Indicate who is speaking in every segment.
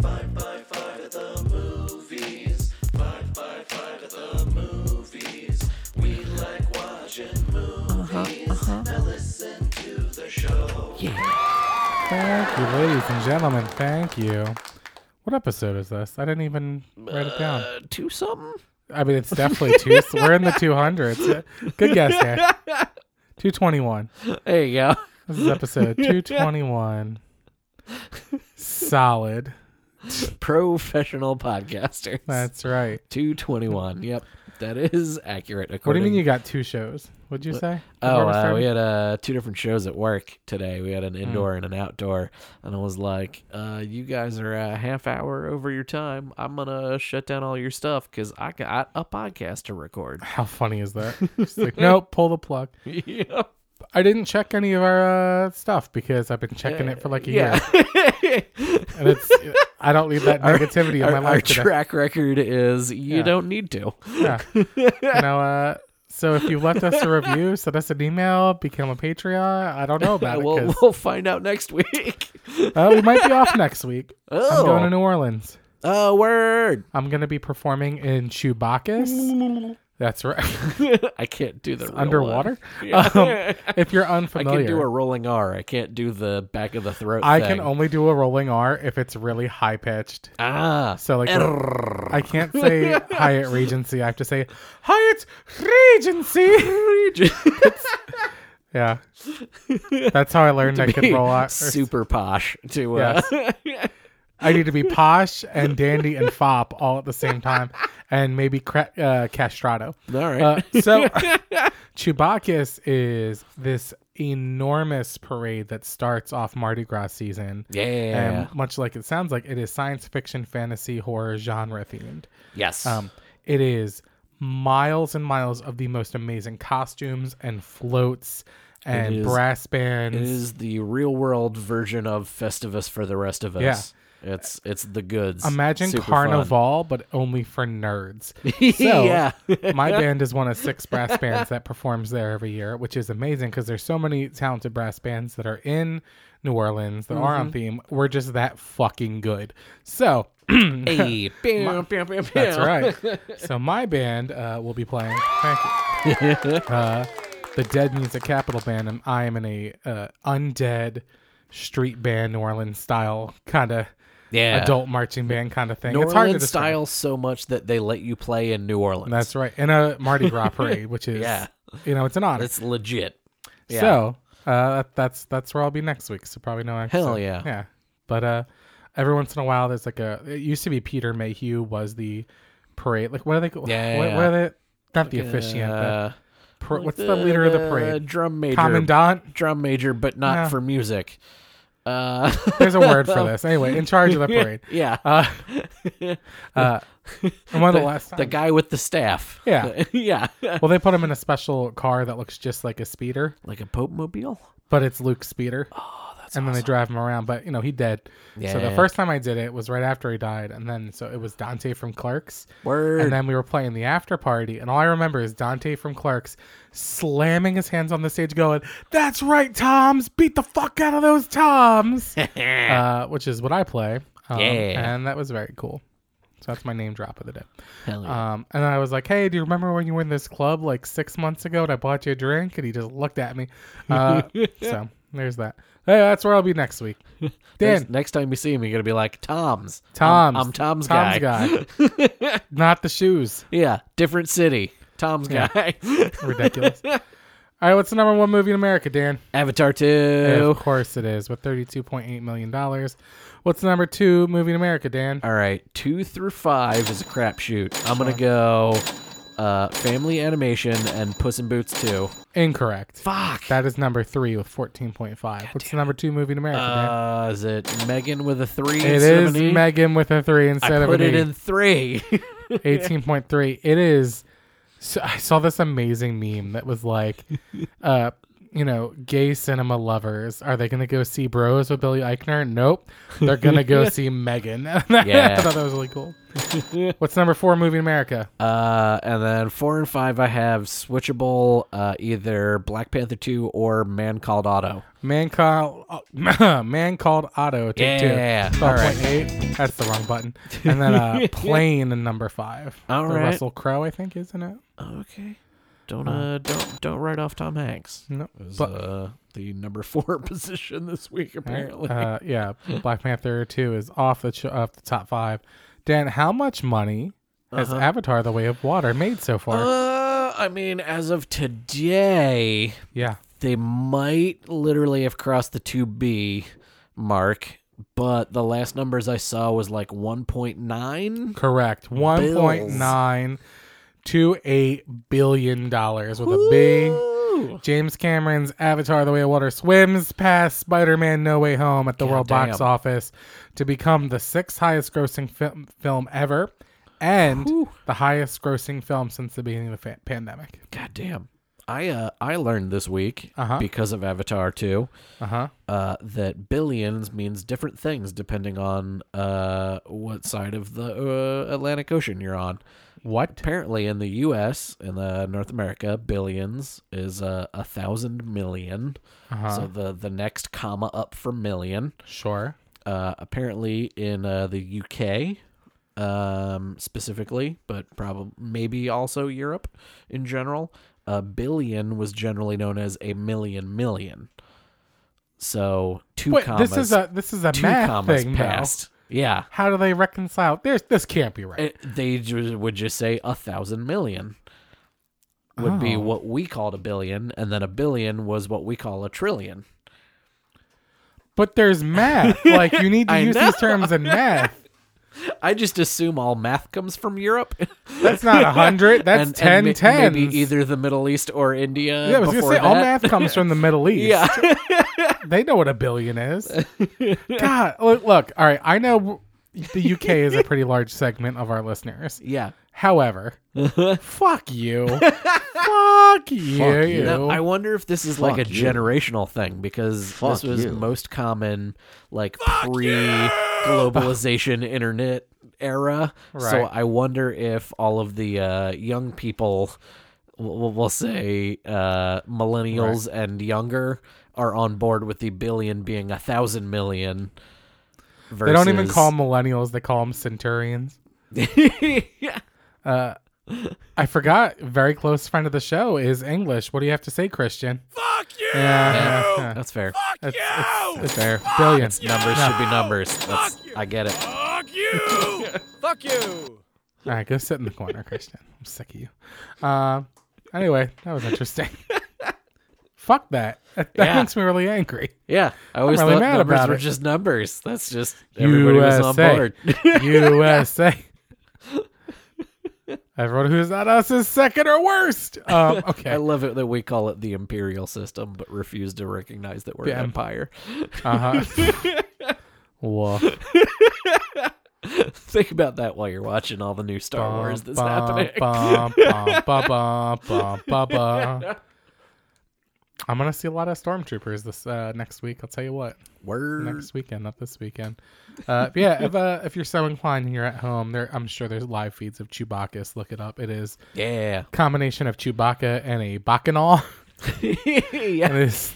Speaker 1: Five by five at the movies. Five by five at the movies. We like watching movies. Now listen to the show.
Speaker 2: Thank you, ladies and gentlemen. Thank you. What episode is this? I didn't even write it down.
Speaker 3: Uh, two something?
Speaker 2: I mean, it's definitely two. We're in the two hundreds. Uh, Good guess, here. Two twenty one.
Speaker 3: There you go.
Speaker 2: This is episode two twenty one. Solid.
Speaker 3: Professional podcasters.
Speaker 2: That's right.
Speaker 3: 221. Yep. That is
Speaker 2: What
Speaker 3: accurate.
Speaker 2: do you
Speaker 3: According
Speaker 2: mean you got two shows? What'd you say?
Speaker 3: Oh,
Speaker 2: Before
Speaker 3: uh, we
Speaker 2: started? Hmm.
Speaker 3: had uh, two different shows at work today. We had an indoor and an outdoor, and I was like, uh, "You guys are a half hour over your time. I'm gonna shut down all your stuff because I got a podcast to record."
Speaker 2: How funny is that? Just like, nope, pull the plug.
Speaker 3: yeah,
Speaker 2: I didn't check any of our uh, stuff because I've been checking it for like a year, and it's I don't need that negativity
Speaker 3: our,
Speaker 2: in my
Speaker 3: our
Speaker 2: life today.
Speaker 3: track record is you
Speaker 2: Yeah.
Speaker 3: don't need to.
Speaker 2: yeah. you know, uh, so if you've left us a review, send us an email, become a Patreon. I don't know about it
Speaker 3: we'll,
Speaker 2: 'cause,
Speaker 3: we'll find out next week.
Speaker 2: uh, we might be off next week. I'm going to
Speaker 3: oh,
Speaker 2: New Orleans.
Speaker 3: oh, word!
Speaker 2: I'm going to be performing in Chewbacca's. That's right.
Speaker 3: I can't do the real one.
Speaker 2: Underwater.
Speaker 3: Yeah.
Speaker 2: Um, if you're
Speaker 3: I
Speaker 2: unfamiliar,
Speaker 3: can do a rolling R. I can't do the back of the throat.
Speaker 2: I
Speaker 3: thing.
Speaker 2: can only do a rolling R if it's really high pitched.
Speaker 3: ah.
Speaker 2: So like,
Speaker 3: Err.
Speaker 2: I can't say Hyatt Regency. I have to say Hyatt Regency. Yeah, that's how I learned I could roll out.
Speaker 3: super posh to uh,
Speaker 2: Yes. I need to be posh and dandy and fop all at the same time, and maybe cra- uh, castrato.
Speaker 3: all right
Speaker 2: Uh, so, Chewbacca's is this enormous parade that starts off Mardi Gras season.
Speaker 3: yeah
Speaker 2: And much like it sounds like, it is science fiction, fantasy, horror, genre themed.
Speaker 3: yes
Speaker 2: Um, it is miles and miles of the most amazing costumes and floats and
Speaker 3: is-
Speaker 2: brass
Speaker 3: it
Speaker 2: bands.
Speaker 3: is the real world version of festivus for the rest of us yeah. it's it's the goods
Speaker 2: Imagine
Speaker 3: Super fun.
Speaker 2: Carnival, but only for nerds. So,
Speaker 3: yeah
Speaker 2: my band is one of six brass bands that performs there every year, which is amazing because there's so many talented brass bands that are in New Orleans that are
Speaker 3: Mm-hmm.
Speaker 2: on theme. We're just that fucking good. So
Speaker 3: Hey, bam, bam, bam,
Speaker 2: that's
Speaker 3: bam.
Speaker 2: right. So my band uh, will be playing. Thank you. Uh, the Dead Music Capital Band, and I am in a uh, undead street band, New Orleans style kind of
Speaker 3: yeah
Speaker 2: adult marching band kind of thing.
Speaker 3: New
Speaker 2: it's hard to
Speaker 3: Orleans
Speaker 2: describe.
Speaker 3: style so much that they let you play in New Orleans.
Speaker 2: That's right. In a Mardi Gras parade, which is
Speaker 3: Yeah.
Speaker 2: you know, it's an honor.
Speaker 3: That's legit. Yeah.
Speaker 2: So uh, that's that's where I'll be next week. So probably no episode.
Speaker 3: Hell yeah.
Speaker 2: yeah. But uh, every once in a while, there's like a. It used to be Peter Mayhew was the parade. Like what are they? called?
Speaker 3: Yeah,
Speaker 2: What,
Speaker 3: yeah,
Speaker 2: what are they? Not the officiant. but
Speaker 3: Uh,
Speaker 2: par-
Speaker 3: like
Speaker 2: what's the, leader of the parade?
Speaker 3: Drum major.
Speaker 2: Commandant.
Speaker 3: Drum major, but not
Speaker 2: Yeah.
Speaker 3: for music. Uh,
Speaker 2: There's a word for this. Anyway, in charge of the parade.
Speaker 3: yeah.
Speaker 2: Uh, uh, and one of the last
Speaker 3: the
Speaker 2: times.
Speaker 3: guy with the staff.
Speaker 2: Yeah.
Speaker 3: yeah.
Speaker 2: Well, they put him in a special car that looks just like a speeder,
Speaker 3: like a Pope Mobile?
Speaker 2: but it's Luke's speeder. Oh, that's And then they drive him around, but you know he dead. So the
Speaker 3: Yeah.
Speaker 2: first time I did it was right after he died, and then so it was Dante from Clerks.
Speaker 3: Word.
Speaker 2: And then we were playing the after party, and all I remember is Dante from Clerks slamming his hands on the stage, going, "That's right, Toms! Beat the fuck out of those Toms!" uh, which is what I play. Um,
Speaker 3: Yeah.
Speaker 2: And that was very cool. So that's my name drop of the day.
Speaker 3: Hell yeah.
Speaker 2: Um, and then I was like, "Hey, do you remember when you were in this club like six months ago and I bought you a drink?" And he just looked at me. Uh, so there's that. Hey, that's where I'll be next week. Dan,
Speaker 3: Next- Next time you see him, you're going to be like, Tom's. I'm-
Speaker 2: Tom's.
Speaker 3: I'm, Tom's, guy.
Speaker 2: guy. Not the shoes.
Speaker 3: Yeah. Different city. Tom's guy.
Speaker 2: Ridiculous. All right, what's the number one movie in America, Dan?
Speaker 3: Avatar 2.
Speaker 2: Of course it is, with $32.8 million. What's the number two movie in America, Dan?
Speaker 3: All right, two through five is a crapshoot. I'm gonna go uh, Family Animation and Puss in Boots two.
Speaker 2: Incorrect.
Speaker 3: Fuck.
Speaker 2: That is number three with 14.5. What's the number two movie in America,
Speaker 3: Uh, is it Megan with a three?
Speaker 2: Dan? It
Speaker 3: instead of
Speaker 2: is
Speaker 3: an E?
Speaker 2: Megan with a three
Speaker 3: I
Speaker 2: instead of
Speaker 3: put
Speaker 2: an
Speaker 3: it
Speaker 2: E.
Speaker 3: in three.
Speaker 2: 18.3. It is. So I saw this amazing meme that was like, uh, you know, gay cinema lovers. Are they going to go see Bros with Billy Eichner? Nope. They're going to go see Megan. I
Speaker 3: Yeah.
Speaker 2: thought that was really cool. What's number four movie in America?
Speaker 3: Uh, and then four and five, I have switchable, uh, either Black Panther two or Man Called Auto.
Speaker 2: Man called Man called Otto. Take
Speaker 3: Yeah.
Speaker 2: two.
Speaker 3: All right.
Speaker 2: 12.8. That's the wrong button. And then uh, Plane in number five.
Speaker 3: All
Speaker 2: The
Speaker 3: right.
Speaker 2: Russell Crowe, I think, isn't it?
Speaker 3: Okay. Don't uh, don't don't write off Tom Hanks.
Speaker 2: No.
Speaker 3: It was,
Speaker 2: But-
Speaker 3: uh, the number four position this week apparently.
Speaker 2: Uh, yeah, Black Panther Two is off the ch- off the top five. Dan, how much money has Avatar: The Way of Water made so far?
Speaker 3: Uh-huh. Uh, I mean, as of today,
Speaker 2: yeah,
Speaker 3: they might literally have crossed the 2B mark, but the last numbers I saw was like 1.9.
Speaker 2: correct. One point nine two eight billion dollars with a B.
Speaker 3: Ooh.
Speaker 2: James Cameron's Avatar: The Way of Water swims past Spider-Man: No Way Home at the world box
Speaker 3: damn.
Speaker 2: office to become the sixth highest-grossing film film ever, and the highest-grossing film since the beginning of the fa- pandemic.
Speaker 3: God damn. I uh I learned this week
Speaker 2: Uh-huh.
Speaker 3: because of Avatar 2
Speaker 2: Uh huh.
Speaker 3: uh that billions means different things depending on uh what side of the uh, Atlantic Ocean you're on.
Speaker 2: What?
Speaker 3: Apparently in the US in uh, North America billions is uh, a thousand million.
Speaker 2: Uh-huh.
Speaker 3: So the the next comma up from million.
Speaker 2: Sure.
Speaker 3: uh, apparently in uh, the UK, um, specifically, but probably maybe also Europe in general. A billion was generally known as a million million. So two
Speaker 2: Wait,
Speaker 3: commas,
Speaker 2: this is a this is a
Speaker 3: two
Speaker 2: math
Speaker 3: commas
Speaker 2: thing, though.
Speaker 3: passed. Eh. Yeah,
Speaker 2: How do they reconcile? There's this can't be right.
Speaker 3: It- they ju- would just say a thousand million would be
Speaker 2: Oh.
Speaker 3: what we called a billion, and then a billion was what we call a trillion.
Speaker 2: But there's math. like you need to
Speaker 3: I
Speaker 2: use
Speaker 3: know.
Speaker 2: these terms in math.
Speaker 3: I just assume all math comes from Europe.
Speaker 2: That's not a hundred. That's
Speaker 3: and,
Speaker 2: ten
Speaker 3: and ma-
Speaker 2: tens.
Speaker 3: Maybe either the Middle East or India.
Speaker 2: yeah, I was gonna
Speaker 3: before
Speaker 2: say all math
Speaker 3: that.
Speaker 2: comes from the Middle East.
Speaker 3: Yeah,
Speaker 2: they know what a billion is. God, look, look. All right, I know the UK is a pretty large segment of our listeners.
Speaker 3: yeah.
Speaker 2: However, fuck you, fuck you.
Speaker 4: you.
Speaker 3: Now, I wonder if this is like a
Speaker 4: Fuck you.
Speaker 3: generational thing because
Speaker 4: Fuck
Speaker 3: this was
Speaker 4: you.
Speaker 3: most common like pre-globalization internet era. So
Speaker 2: Right.
Speaker 3: I wonder if all of the uh, young people, w- w- we'll say uh, millennials and younger, are on board with the billion being a thousand million.
Speaker 2: they don't even
Speaker 3: versus-
Speaker 2: call 'em millennials; they call them centurions.
Speaker 3: yeah.
Speaker 2: I forgot. Very close friend of the show is English. What do you have to say, Christian? Fuck you.
Speaker 3: That's fair.
Speaker 2: It's fair. Billion.
Speaker 3: Numbers should be numbers. That's, I get it.
Speaker 2: All right, go sit in the corner, Christian. I'm sick of you. Um. anyway, that was interesting. Fuck that. That, that
Speaker 3: Yeah.
Speaker 2: makes me really angry.
Speaker 3: Yeah, I always
Speaker 2: really
Speaker 3: thought
Speaker 2: mad
Speaker 3: numbers
Speaker 2: about
Speaker 3: were
Speaker 2: it.
Speaker 3: just numbers. That's just everybody was on
Speaker 2: USA.
Speaker 3: board.
Speaker 2: USA. Everyone who's not us is second or worst. Um, okay.
Speaker 3: I love it that we call it the imperial system, but refuse to recognize that we're
Speaker 2: Yeah.
Speaker 3: an empire.
Speaker 2: Uh huh. Woof.
Speaker 3: Think about that while you're watching all the new Star Wars that's
Speaker 2: Bum,
Speaker 3: happening.
Speaker 2: bum, bum, bum, bum, bum, bum, bum. I'm gonna see a lot of stormtroopers this uh, next week. I'll tell you what,
Speaker 3: Word.
Speaker 2: next weekend, not this weekend. Uh, but yeah, if uh, if you're so inclined and you're at home, there I'm sure there's live feeds of Chewbacca's. Look it up. It is
Speaker 3: Yeah.
Speaker 2: combination of Chewbacca and a bacchanal.
Speaker 3: yeah.
Speaker 2: It is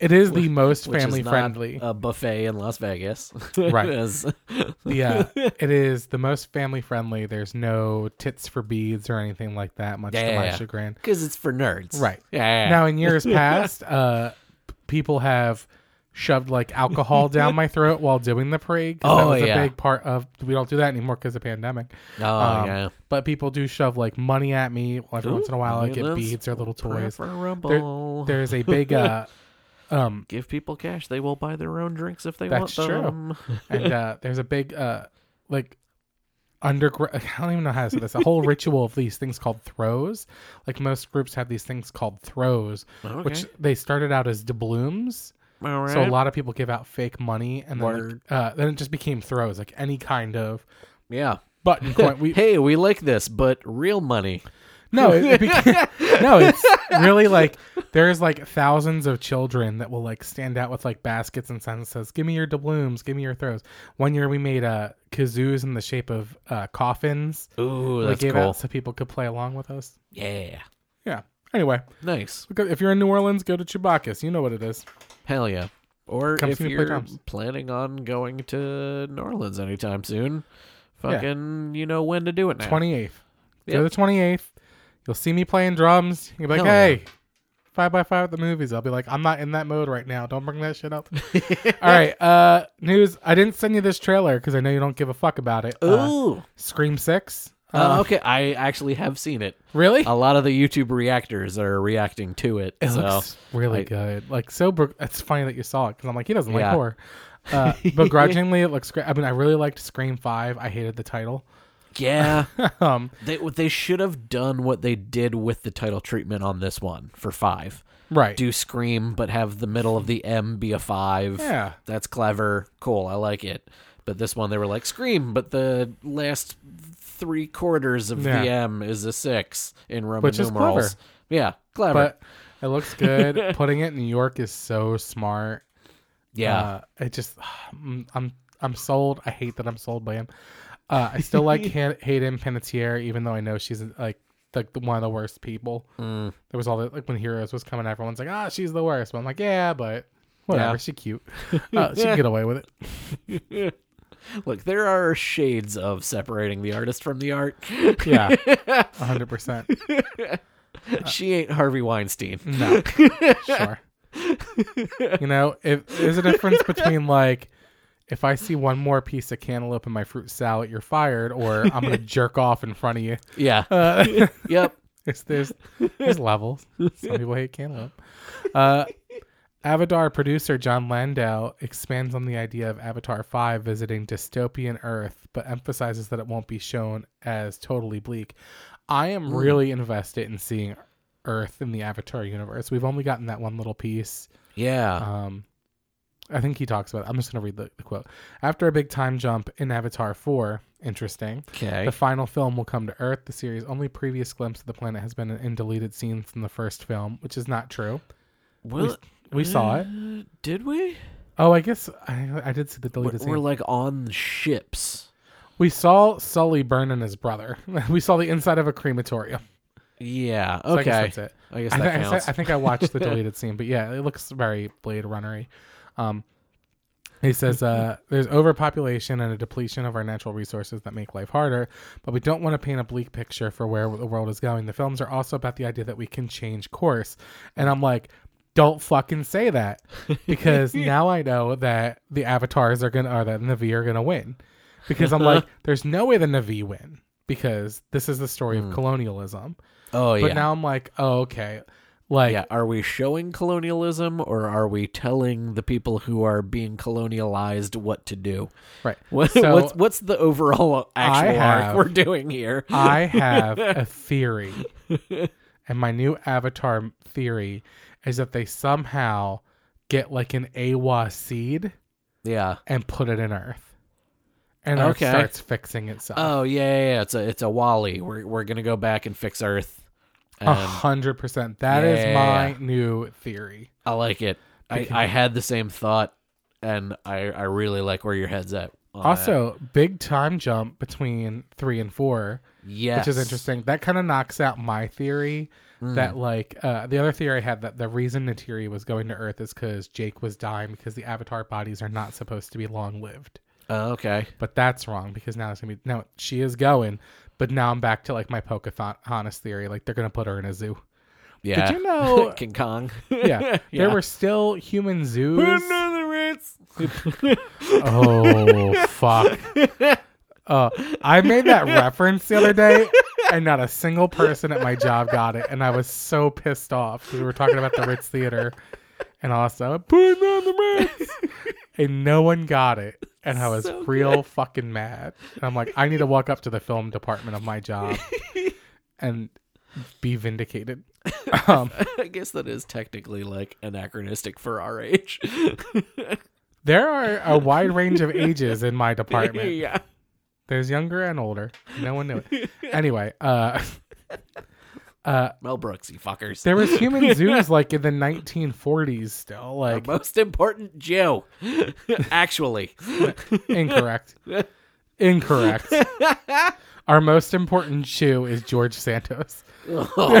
Speaker 2: it is the most
Speaker 3: Which is
Speaker 2: family
Speaker 3: not
Speaker 2: friendly.
Speaker 3: A buffet in Las Vegas.
Speaker 2: Right.
Speaker 3: As-
Speaker 2: yeah, it is the most family friendly. There's no tits for beads or anything like that. Much to my
Speaker 3: Yeah.
Speaker 2: chagrin.
Speaker 3: Because it's for nerds.
Speaker 2: Right.
Speaker 3: Yeah.
Speaker 2: Now, in years past, uh, p- people have shoved like alcohol down my throat while doing the parade. 'cause that
Speaker 3: Oh,
Speaker 2: was
Speaker 3: yeah.
Speaker 2: a big part of. We don't do that anymore because of the pandemic.
Speaker 3: oh,
Speaker 2: Um,
Speaker 3: yeah.
Speaker 2: But people do shove like money at me every once in a while. I
Speaker 3: look at
Speaker 2: get
Speaker 3: this.
Speaker 2: beads or little toys.
Speaker 3: Preferable.
Speaker 2: There's a big. Uh, um,
Speaker 3: Give people cash. They will buy their own drinks if they
Speaker 2: That's
Speaker 3: want
Speaker 2: true.
Speaker 3: them.
Speaker 2: and uh, there's a big uh, like underground. I don't even know how to say this. A whole ritual of these things called throws. Like most groups have these things called throws, which
Speaker 3: Okay.
Speaker 2: they started out as doubloons.
Speaker 3: All right.
Speaker 2: So a lot of people give out fake money, and then, like,
Speaker 3: Word.
Speaker 2: uh, then it just became throws, like any kind of
Speaker 3: yeah.
Speaker 2: button coin. We
Speaker 3: hey, we like this, but real money.
Speaker 2: no, it, it became, no, it's really like there's like thousands of children that will like stand out with like baskets and signs that says give me your doubloons give me your throws one year we made uh kazoos in the shape of uh coffins
Speaker 3: Ooh,
Speaker 2: we
Speaker 3: that's
Speaker 2: gave
Speaker 3: cool.
Speaker 2: out so people could play along with us
Speaker 3: Yeah.
Speaker 2: yeah anyway
Speaker 3: Nice.
Speaker 2: go- if you're in new orleans go to chewbacca's you know what it is
Speaker 3: Hell yeah. Or
Speaker 2: Come
Speaker 3: if
Speaker 2: see me play
Speaker 3: you're
Speaker 2: drums.
Speaker 3: planning on going to New Orleans anytime soon, fucking you know when to do it now.
Speaker 2: 28th go
Speaker 3: Yep.
Speaker 2: to the 28th you'll see me playing drums you'll be like
Speaker 3: Hell yeah.
Speaker 2: hey five by five at the movies i'll be like i'm not in that mode right now don't bring that shit up all right uh news i didn't send you this trailer because i know you don't give a fuck about it Uh,
Speaker 3: Ooh.
Speaker 2: Scream Six.
Speaker 3: Uh, oh,
Speaker 2: Uh,
Speaker 3: okay, I actually have seen it.
Speaker 2: really?
Speaker 3: A lot of the YouTube reactors are reacting to it.
Speaker 2: it
Speaker 3: so
Speaker 2: looks really
Speaker 3: I-
Speaker 2: good. Like so, beg- it's funny that you saw it because I'm like, he doesn't like
Speaker 3: Yeah.
Speaker 2: horror. Uh, begrudgingly, it looks great. I mean, I really liked Scream Five. I hated the title.
Speaker 3: yeah,
Speaker 2: um,
Speaker 3: they they should have done what they did with the title treatment on this one for five.
Speaker 2: right.
Speaker 3: Do scream, but have the middle of the M be a five.
Speaker 2: Yeah.
Speaker 3: that's clever, cool. I like it. But this one, they were like scream, but the last three quarters of the
Speaker 2: Yeah.
Speaker 3: M is a six in Roman
Speaker 2: Which is
Speaker 3: numerals.
Speaker 2: clever.
Speaker 3: Yeah, clever.
Speaker 2: but it looks good. Putting it in New York is so smart.
Speaker 3: yeah,
Speaker 2: Uh, it just I'm, I'm I'm sold. I hate that I'm sold by him. Uh, I still like Han- Hayden Panettiere, even though I know she's like like the, one of the worst people. There was all the like when Heroes was coming, everyone's like, ah, she's the worst. But I'm like, yeah, but whatever.
Speaker 3: Yeah.
Speaker 2: She cute. Uh, she can get away with it.
Speaker 3: look, there are shades of separating the artist from the art.
Speaker 2: Yeah, hundred percent.
Speaker 3: she ain't Harvey Weinstein.
Speaker 2: No, sure. you know, if there's a difference between like. If I see one more piece of cantaloupe in my fruit salad, you're fired, or I'm gonna jerk off in front of you.
Speaker 3: Yeah.
Speaker 2: Uh,
Speaker 3: yep.
Speaker 2: There's there's, there's levels. Some people hate cantaloupe. Uh, Avatar producer John Landau expands on the idea of Avatar 5 visiting dystopian Earth, but emphasizes that it won't be shown as totally bleak. I am really invested in seeing Earth in the Avatar universe. We've only gotten that one little piece.
Speaker 3: Yeah.
Speaker 2: Um, I think he talks about it. I'm just going to read the, the quote. After a big time jump in Avatar 4, interesting.
Speaker 3: Okay.
Speaker 2: The final film will come to Earth. The series' only previous glimpse of the planet has been in deleted scenes from the first film, which is not true.
Speaker 3: Well,
Speaker 2: We saw it.
Speaker 3: uh, Did we?
Speaker 2: Oh, I guess I, I did see the
Speaker 3: We're,
Speaker 2: deleted
Speaker 3: we're
Speaker 2: scene.
Speaker 3: like on the ships.
Speaker 2: we saw Sully burning his brother. we saw the inside of a crematorium.
Speaker 3: Yeah.
Speaker 2: So
Speaker 3: Okay.
Speaker 2: I guess that's it.
Speaker 3: I guess
Speaker 2: I,
Speaker 3: that
Speaker 2: thi- I thi-
Speaker 3: counts.
Speaker 2: I think I watched the deleted scene, but yeah, it looks very Blade Runnery. Um, he says uh, there's overpopulation and a depletion of our natural resources that make life harder, but we don't want to paint a bleak picture for where the world is going. The films are also about the idea that we can change course, and I'm like, don't fucking say that because now I know that the avatars are gonna or that the Navi are gonna win because I'm like, there's no way the Navi win because this is the story
Speaker 3: Hmm.
Speaker 2: of colonialism.
Speaker 3: oh yeah.
Speaker 2: But now I'm like, oh okay, like
Speaker 3: yeah. Are we showing colonialism or are we telling the people who are being colonialized what to do?
Speaker 2: right.
Speaker 3: What,
Speaker 2: So-
Speaker 3: what's what's the overall actual
Speaker 2: have-
Speaker 3: arc we're doing here?
Speaker 2: I have a theory, and my new avatar theory is that they somehow get like an awa seed
Speaker 3: yeah.
Speaker 2: and put it in Earth, and Earth
Speaker 3: Okay.
Speaker 2: starts fixing itself.
Speaker 3: Oh yeah, yeah, yeah. It's a it's a Wally. We're we're gonna go back and fix Earth.
Speaker 2: A
Speaker 3: And
Speaker 2: hundred percent. That is
Speaker 3: Um, yeah.
Speaker 2: my new theory.
Speaker 3: I like it. I, I had the same thought, and I, I really like where your head's at. on that.
Speaker 2: Also, big time jump between three and four.
Speaker 3: yes, Mm.
Speaker 2: which is interesting. That kind of knocks out my theory that like uh, the other theory I had that the reason Natiri was going to Earth is because Jake was dying because the Avatar bodies are not supposed to be long lived.
Speaker 3: Oh, okay,
Speaker 2: But that's wrong because now it's gonna be now she is going, but now I'm back to like my Pocahontas theory. Like they're gonna put her in a zoo.
Speaker 3: yeah.
Speaker 2: you know-
Speaker 3: King Kong?
Speaker 2: Yeah, there
Speaker 3: Yeah.
Speaker 2: were still human zoos.
Speaker 3: Ritz.
Speaker 2: oh fuck. Uh, I made that reference the other day, and not a single person at my job got it, and I was so pissed off because we were talking about the Ritz Theater, and also putting on the Ritz, and no one got it, and I was real fucking mad. And I'm like, I need to walk up to the film department of my job and be vindicated. Um,
Speaker 3: I guess that is technically like anachronistic for our age.
Speaker 2: there are a wide range of ages in my department.
Speaker 3: yeah.
Speaker 2: There's younger and older. No one knew it. anyway, uh Uh,
Speaker 3: Mel Brooks, you fuckers.
Speaker 2: there was human zoos like in the 1940s still, like
Speaker 3: Most important Joe. Actually.
Speaker 2: incorrect, incorrect. Our most important Jew is George Santos.
Speaker 3: oh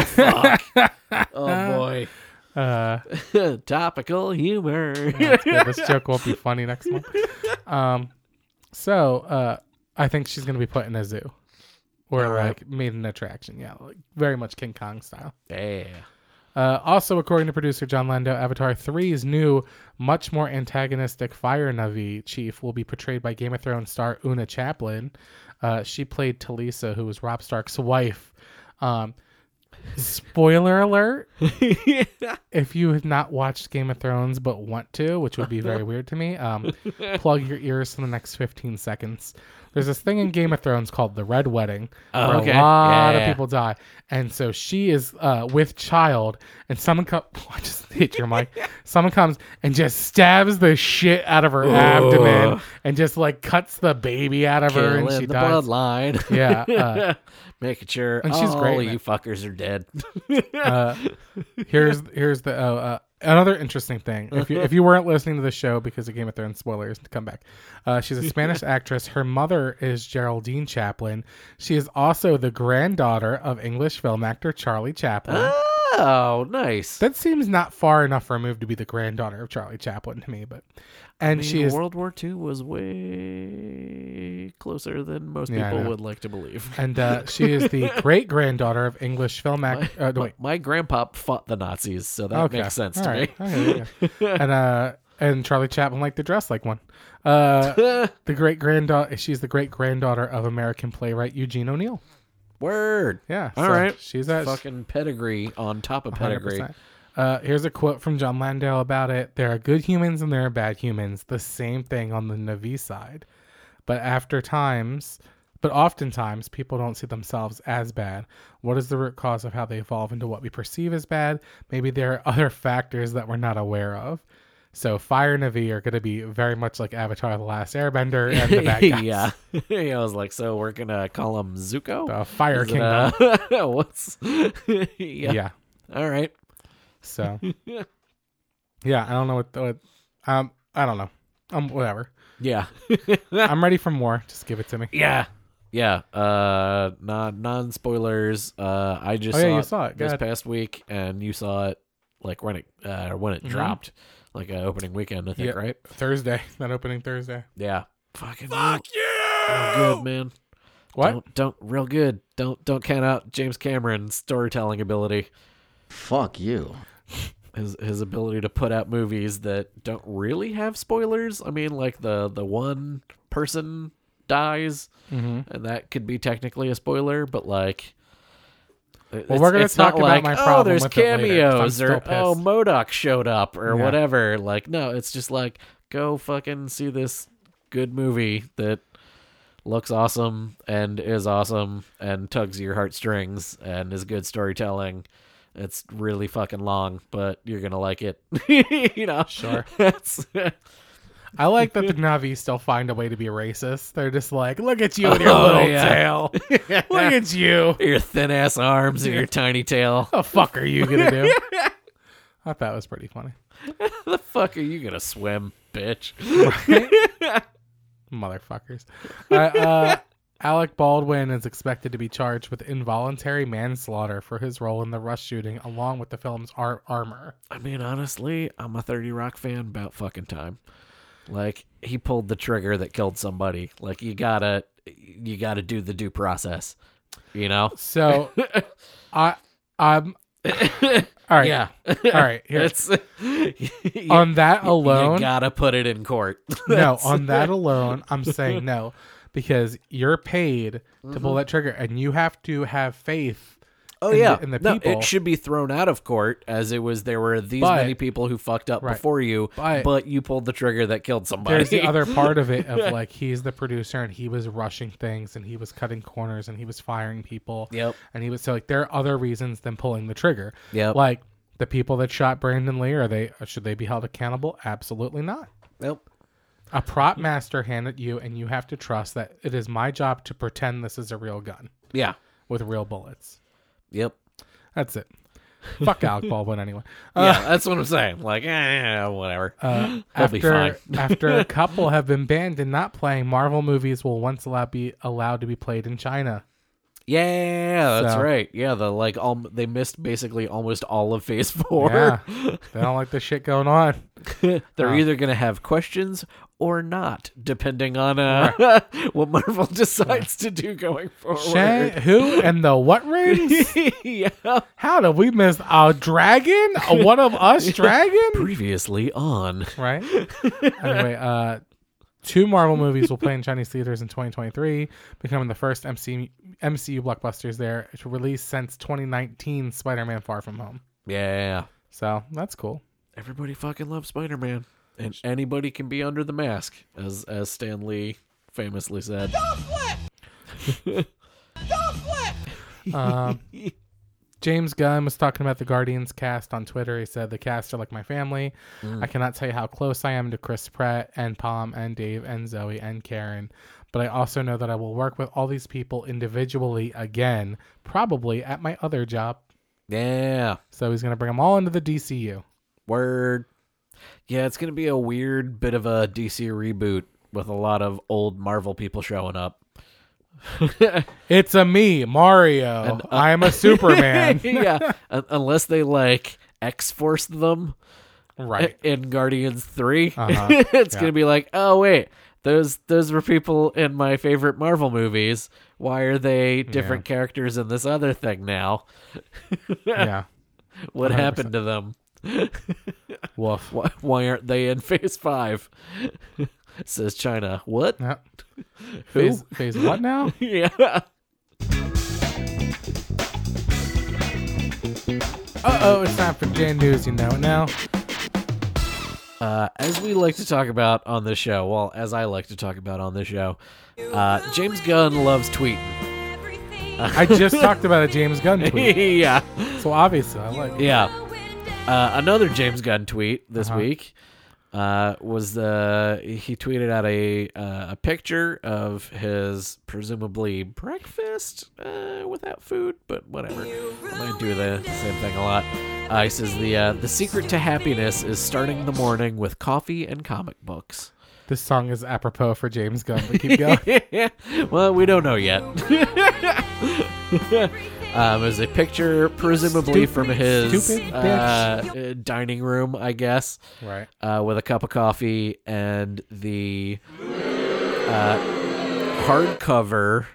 Speaker 3: fuck. Oh boy.
Speaker 2: Uh,
Speaker 3: Topical humor.
Speaker 2: yeah, this joke won't be funny next month. Um, so uh, I think she's gonna be put in a zoo or
Speaker 3: All right.
Speaker 2: like made an attraction. Yeah, like very much King Kong style.
Speaker 3: yeah.
Speaker 2: Uh, also, according to producer John Lando, Avatar 3's new, much more antagonistic Fire Navi chief will be portrayed by Game of Thrones star Una Chaplin. Uh, she played Talisa, who was Rob Stark's wife. Um, spoiler alert if you have not watched Game of Thrones but want to, which would be very weird to me, um, plug your ears for the next 15 seconds. There's this thing in Game of Thrones called the Red Wedding
Speaker 3: Oh,
Speaker 2: where
Speaker 3: okay.
Speaker 2: a lot
Speaker 3: Yeah.
Speaker 2: of people die. And so she is uh, with child, and someone comes, I just hit your mic. Someone comes and just stabs the shit out of her abdomen and just like cuts the baby out of her, and
Speaker 3: Killing
Speaker 2: she
Speaker 3: the
Speaker 2: dies.
Speaker 3: bloodline.
Speaker 2: Yeah. Uh,
Speaker 3: Making sure
Speaker 2: And she's
Speaker 3: all
Speaker 2: great in
Speaker 3: you
Speaker 2: it.
Speaker 3: fuckers are dead.
Speaker 2: uh, here's here's the oh, uh, another interesting thing. If you if you weren't listening to the show because of Game of Thrones spoilers, come back. Uh, she's a Spanish actress. Her mother is Geraldine Chaplin. She is also the granddaughter of English film actor Charlie Chaplin.
Speaker 3: oh, nice.
Speaker 2: That seems not far enough removed to be the granddaughter of Charlie Chaplin to me, but and
Speaker 3: I mean,
Speaker 2: she is
Speaker 3: World War II was way closer than most
Speaker 2: Yeah, I
Speaker 3: people
Speaker 2: know.
Speaker 3: would like to believe.
Speaker 2: and uh, she is the great granddaughter of English film actor. Uh, no,
Speaker 3: My-
Speaker 2: wait,
Speaker 3: My grandpa fought the Nazis, so that makes sense
Speaker 2: All
Speaker 3: to
Speaker 2: right.
Speaker 3: me.
Speaker 2: Okay, yeah, yeah. and uh, and Charlie Chaplin liked to dress like one. Uh, the great granddaughter. She's the great granddaughter of American playwright Eugene O'Neill.
Speaker 3: Word.
Speaker 2: Yeah.
Speaker 3: All
Speaker 2: so
Speaker 3: right.
Speaker 2: She's at
Speaker 3: Fucking pedigree on top of pedigree.
Speaker 2: 100%. Uh, here's a quote from John Landau about it. There are good humans and there are bad humans. The same thing on the Navi side. But after times, but oftentimes people don't see themselves as bad. What is the root cause of how they evolve into what we perceive as bad? Maybe there are other factors that we're not aware of. So Fire Navi are going to be very much like Avatar: The Last Airbender and the bad guys.
Speaker 3: yeah. I was like, so we're gonna call him Zuko.
Speaker 2: The Fire
Speaker 3: Is it,
Speaker 2: Kingdom.
Speaker 3: uh, what's? yeah.
Speaker 2: yeah.
Speaker 3: All right.
Speaker 2: So, yeah, I don't know what, what um, I don't know. Um, whatever.
Speaker 3: Yeah.
Speaker 2: I'm ready for more. Just give it to me.
Speaker 3: yeah. Yeah. Uh, non non spoilers. Uh, I just
Speaker 2: Oh,
Speaker 3: saw,
Speaker 2: yeah, you
Speaker 3: it
Speaker 2: saw it. Go
Speaker 3: this
Speaker 2: ahead.
Speaker 3: past week, and you saw it like when it uh when it dropped, like uh, opening weekend, I think,
Speaker 2: Yep.
Speaker 3: right?
Speaker 2: Thursday, that opening Thursday.
Speaker 3: Yeah. Fucking fuck you. Good man.
Speaker 2: What?
Speaker 3: Don't, don't real good. Don't don't count out James Cameron's storytelling ability.
Speaker 1: Fuck you.
Speaker 3: His his ability to put out movies that don't really have spoilers. I mean, like the the one person dies,
Speaker 2: Mm-hmm.
Speaker 3: and that could be technically a spoiler, but like. it's-
Speaker 2: we're gonna
Speaker 3: it's not
Speaker 2: talk about
Speaker 3: like,
Speaker 2: my
Speaker 3: oh,
Speaker 2: problem
Speaker 3: there's
Speaker 2: with it later, 'cause I'm
Speaker 3: cameos
Speaker 2: still
Speaker 3: or oh
Speaker 2: pissed."
Speaker 3: Modoc showed up or
Speaker 2: Yeah.
Speaker 3: whatever. Like no, it's just like go fucking see this good movie that looks awesome and is awesome and tugs your heartstrings and is good storytelling. It's really fucking long, but you're gonna like it. you know,
Speaker 2: Sure.
Speaker 3: It's-
Speaker 2: I like that the Navi still find a way to be racist. They're just like, look at you and your
Speaker 3: Oh,
Speaker 2: little
Speaker 3: yeah.
Speaker 2: tail. look at you.
Speaker 3: your thin ass arms and your tiny tail.
Speaker 2: The fuck are you gonna do? I thought that was pretty funny,
Speaker 3: How the fuck are you gonna swim, bitch?
Speaker 2: motherfuckers. Uh, uh, Alec Baldwin is expected to be charged with involuntary manslaughter for his role in the Rush shooting, along with the film's ar- armor.
Speaker 3: I mean, honestly, I'm a 30 Rock fan about fucking time. Like he pulled the trigger that killed somebody. Like you gotta, you gotta do the due process. You know?
Speaker 2: So, I, I'm. All right.
Speaker 3: Yeah.
Speaker 2: All right. Here.
Speaker 3: It's you,
Speaker 2: on that
Speaker 3: You
Speaker 2: alone,
Speaker 3: gotta put it in court.
Speaker 2: no, on that alone, I'm saying no because you're paid to
Speaker 3: Mm-hmm.
Speaker 2: pull that trigger, and you have to have faith.
Speaker 3: oh
Speaker 2: in the-
Speaker 3: yeah,
Speaker 2: in the
Speaker 3: no,
Speaker 2: people.
Speaker 3: it should be thrown out of court as it was. There were these
Speaker 2: But-
Speaker 3: many people who fucked up
Speaker 2: right.
Speaker 3: before you,
Speaker 2: But-
Speaker 3: you pulled the trigger that killed somebody.
Speaker 2: There's the other part of it of like he's the producer and he was rushing things and he was cutting corners and he was firing people.
Speaker 3: Yep.
Speaker 2: And he was so like there are other reasons than pulling the trigger.
Speaker 3: Yep.
Speaker 2: Like the people that shot Brandon Lee are they should they be held accountable? Absolutely not.
Speaker 3: Nope.
Speaker 2: A prop master handed you and you have to trust that it is my job to pretend this is a real gun
Speaker 3: Yeah.
Speaker 2: with real bullets.
Speaker 3: Yep.
Speaker 2: That's it. Fuck Alec Baldwin anyway. Uh,
Speaker 3: yeah, that's what I'm saying. Like, eh, yeah, whatever.
Speaker 2: uh,
Speaker 3: They'll be
Speaker 2: after
Speaker 3: fine.
Speaker 2: after a couple have been banned and not playing, Marvel movies will once allowed be allowed to be played in China.
Speaker 3: yeah, that's
Speaker 2: so-
Speaker 3: right. Yeah, the like, all they missed basically almost all of Phase Four.
Speaker 2: Yeah. They don't like the shit going on.
Speaker 3: They're either going to have questions or not, depending on uh, what Marvel decides to do going forward.
Speaker 2: Shay, who and the what rings?
Speaker 3: yeah.
Speaker 2: How did we miss a dragon? A one of us dragon?
Speaker 3: Previously on.
Speaker 2: Right? Anyway, uh, two Marvel movies will play in Chinese theaters in 2023, becoming the first MC, MCU blockbusters there to release since 2019 Spider Man Far From Home.
Speaker 3: Yeah.
Speaker 2: So that's cool.
Speaker 3: Everybody fucking loves Spider Man. And anybody can be under the mask, as as Stan Lee famously said.
Speaker 2: Um, James Gunn was talking about the Guardians cast on Twitter. He said, The cast are like my family. I cannot tell you how close I am to Chris Pratt and Palm and Dave and Zoe and Karen, but I also know that I will work with all these people individually again, probably at my other job.
Speaker 3: Yeah.
Speaker 2: So he's going to bring them all into the DCU.
Speaker 3: Word. Yeah, it's going to be a weird bit of a DC reboot with a lot of old Marvel people showing up.
Speaker 2: It's a me, Mario.
Speaker 3: uh,
Speaker 2: I'm a Superman.
Speaker 3: yeah, un- unless they like X Force them
Speaker 2: right.
Speaker 3: in Guardians 3
Speaker 2: Uh-huh.
Speaker 3: it's gonna be like, oh wait, those those were people in my favorite Marvel movies. Why are they different characters in this other thing now?
Speaker 2: Yeah.
Speaker 3: What happened to them?
Speaker 2: Woof.
Speaker 3: Why, why aren't they in Phase Five? Says China. What?
Speaker 2: Yep.
Speaker 3: Who?
Speaker 2: Phase, phase what now?
Speaker 3: yeah.
Speaker 2: Uh oh, it's time for Jan News. You know it now.
Speaker 3: Uh, as we like to talk about on this show, well, as I like to talk about on this show, uh, James Gunn loves tweeting.
Speaker 2: I just talked about a James Gunn tweet.
Speaker 3: yeah.
Speaker 2: So obviously, I like it.
Speaker 3: Yeah. Uh, another James Gunn tweet this
Speaker 2: Uh-huh.
Speaker 3: week uh, was the he tweeted out a uh, a picture of his presumably breakfast uh, without food, but whatever. I might do the same thing a lot. Uh, he says the uh, the secret to happiness is starting the morning with coffee and comic books.
Speaker 2: This song is apropos for James Gunn, but keep going.
Speaker 3: well, we don't know yet. um, there's a picture, presumably
Speaker 2: Stupid-
Speaker 3: from his
Speaker 2: stupid
Speaker 3: uh,
Speaker 2: bitch.
Speaker 3: uh, dining room, I guess,
Speaker 2: right.
Speaker 3: uh, with a cup of coffee and the uh, hardcover.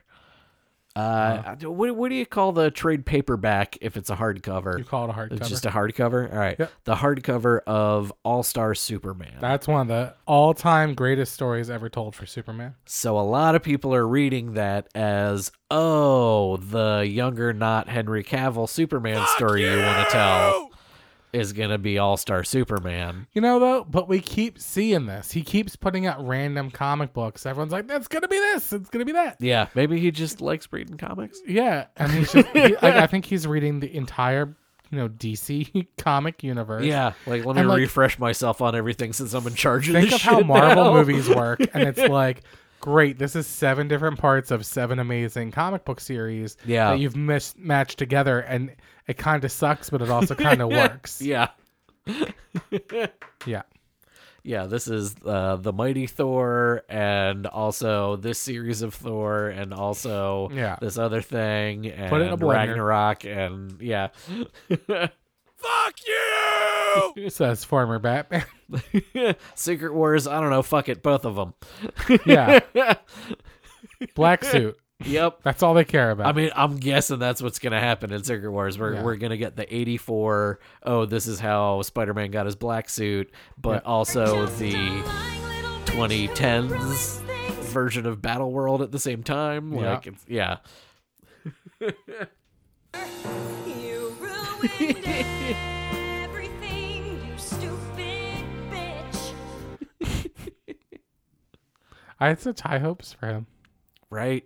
Speaker 3: Uh, what, what do you call the trade paperback if it's a hardcover?
Speaker 2: You call it a hardcover.
Speaker 3: It's just a hardcover. All right,
Speaker 2: Yep.
Speaker 3: the hardcover of All Star Superman.
Speaker 2: That's one of the all time greatest stories ever told for Superman.
Speaker 3: So a lot of people are reading that as, oh, the younger, not Henry Cavill Superman story you, want to tell is gonna be All Star Superman.
Speaker 2: You know, though, but we keep seeing this. He keeps putting out random comic books. Everyone's like, that's going to be this. It's going to be that.
Speaker 3: Yeah, maybe he just likes reading comics.
Speaker 2: Yeah. And he's just, he- like, I think he's reading the entire, you know, DC comic universe.
Speaker 3: Yeah, like let me
Speaker 2: And, like-
Speaker 3: refresh myself on everything since I'm in charge of
Speaker 2: Think
Speaker 3: this
Speaker 2: of how
Speaker 3: shit
Speaker 2: Marvel
Speaker 3: now.
Speaker 2: movies work. And it's like, great, this is seven different parts of seven amazing comic book series
Speaker 3: Yeah.
Speaker 2: that you've mis- matched together. And it kind of sucks, but it also kind of works.
Speaker 3: Yeah,
Speaker 2: Yeah.
Speaker 3: yeah. This is uh, the Mighty Thor, and also this series of Thor, and also
Speaker 2: Yeah.
Speaker 3: this other thing, and
Speaker 2: Put it in a blender.
Speaker 3: Ragnarok, and yeah. Fuck you!
Speaker 2: Says former Batman.
Speaker 3: Secret Wars, I don't know, fuck it, both of them.
Speaker 2: yeah. Black suit.
Speaker 3: Yep.
Speaker 2: That's all they care about.
Speaker 3: I mean, I'm guessing that's what's going to happen in Secret Wars. We're,
Speaker 2: Yeah.
Speaker 3: we're going to get the 84, oh, this is how Spider Man got his black suit, but
Speaker 2: Yeah.
Speaker 3: also the 2010s version of Battle World at the same time.
Speaker 2: Yeah.
Speaker 3: Like, it's, yeah.
Speaker 4: You ruined everything, you stupid bitch.
Speaker 2: I had such high hopes for him.
Speaker 3: Right?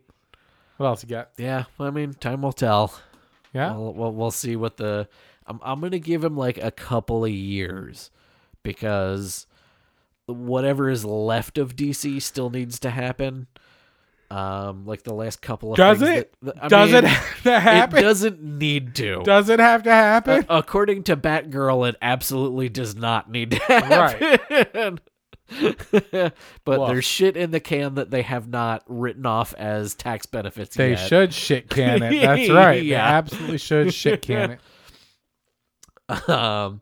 Speaker 2: What else you got?
Speaker 3: Yeah. I mean, time will tell.
Speaker 2: Yeah.
Speaker 3: We'll, we'll, we'll see what the. I'm, I'm going to give him like a couple of years because whatever is left of DC still needs to happen. Um, like the last couple of
Speaker 2: Does
Speaker 3: things
Speaker 2: it?
Speaker 3: that- that- I
Speaker 2: does
Speaker 3: mean,
Speaker 2: it have to happen?
Speaker 3: It doesn't need to.
Speaker 2: does it have to happen?
Speaker 3: A- according to Batgirl, it absolutely does not need to happen. Right. but
Speaker 2: Woof.
Speaker 3: there's shit in the can that they have not written off as tax benefits
Speaker 2: They
Speaker 3: yet.
Speaker 2: should shit can it. That's right. They
Speaker 3: Yeah.
Speaker 2: absolutely should shit can it.
Speaker 3: Um,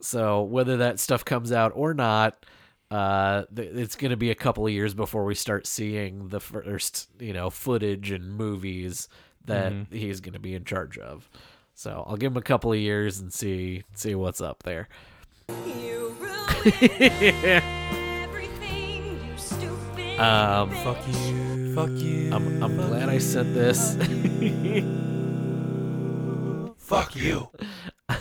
Speaker 3: so whether that stuff comes out or not, uh, th- it's going to be a couple of years before we start seeing the first, you know, footage and movies that he's going to be in charge of. So I'll give him a couple of years and see see what's up there.
Speaker 4: You ruined everything, you stupid
Speaker 3: Um,
Speaker 4: bitch.
Speaker 2: you. Fuck you.
Speaker 3: I'm, I'm glad I said this.
Speaker 1: Fuck you.